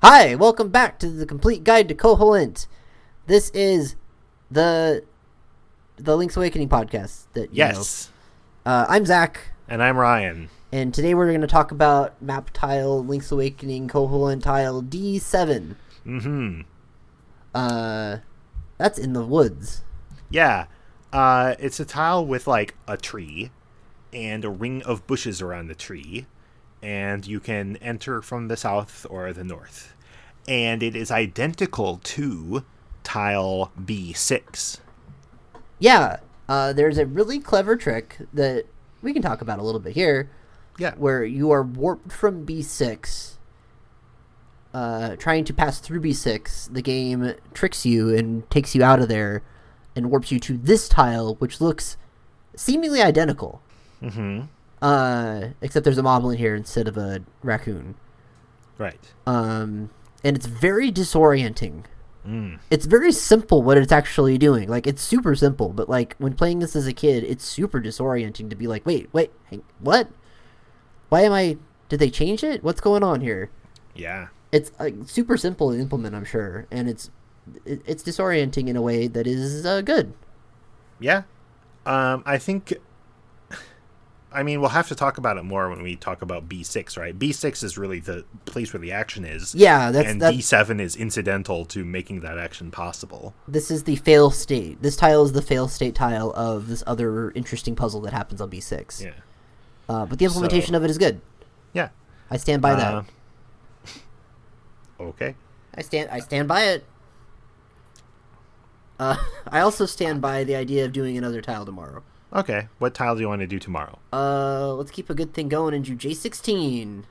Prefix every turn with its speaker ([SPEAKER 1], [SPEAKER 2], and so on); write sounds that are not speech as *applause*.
[SPEAKER 1] Hi, welcome back to the complete guide to Koholint. This is the the Link's Awakening podcast. That you
[SPEAKER 2] Yes.
[SPEAKER 1] know. uh, I'm Zach,
[SPEAKER 2] And I'm Ryan.
[SPEAKER 1] and today we're going to talk about map tile Link's Awakening Koholint tile D7.
[SPEAKER 2] hmm
[SPEAKER 1] Uh, that's in the woods.
[SPEAKER 2] Yeah. Uh, it's a tile with like a tree and a ring of bushes around the tree. And you can enter from the south or the north. And it is identical to tile B6.
[SPEAKER 1] Yeah, uh, there's a really clever trick that we can talk about a little bit here,
[SPEAKER 2] Yeah.
[SPEAKER 1] where you are warped from B6. Uh, trying to pass through B6, the game tricks you and takes you out of there and warps you to this tile, which looks seemingly identical.
[SPEAKER 2] hmm
[SPEAKER 1] Uh, except there's a moblin here instead of a raccoon.
[SPEAKER 2] Right.
[SPEAKER 1] Um, and it's very disorienting.
[SPEAKER 2] Mm.
[SPEAKER 1] It's very simple what it's actually doing. Like, it's super simple, but, like, when playing this as a kid, it's super disorienting to be like, wait, wait, hang, what? Why am I. Did they change it? What's going on here?
[SPEAKER 2] Yeah.
[SPEAKER 1] it's like super simple to implement, I'm sure, and it's it, it's disorienting in a way that is uh, good.
[SPEAKER 2] Yeah. Um, I think. I mean, we'll have to talk about it more when we talk about B6, right? B6 is really the place where the action is.
[SPEAKER 1] Yeah, that's
[SPEAKER 2] and
[SPEAKER 1] that.
[SPEAKER 2] D7 is incidental to making that action possible.
[SPEAKER 1] This is the fail state. This tile is the fail state tile of this other interesting puzzle that happens on B6.
[SPEAKER 2] Yeah.
[SPEAKER 1] Uh, but the implementation
[SPEAKER 2] So-
[SPEAKER 1] of it is good.
[SPEAKER 2] Yeah.
[SPEAKER 1] I stand by
[SPEAKER 2] Uh,
[SPEAKER 1] that.
[SPEAKER 2] okay.
[SPEAKER 1] I stand. I stand by it. Uh, *laughs* I also stand by the idea of doing another tile tomorrow.
[SPEAKER 2] Okay. What tile do you want to do tomorrow?
[SPEAKER 1] Uh, let's keep a good thing going in J16.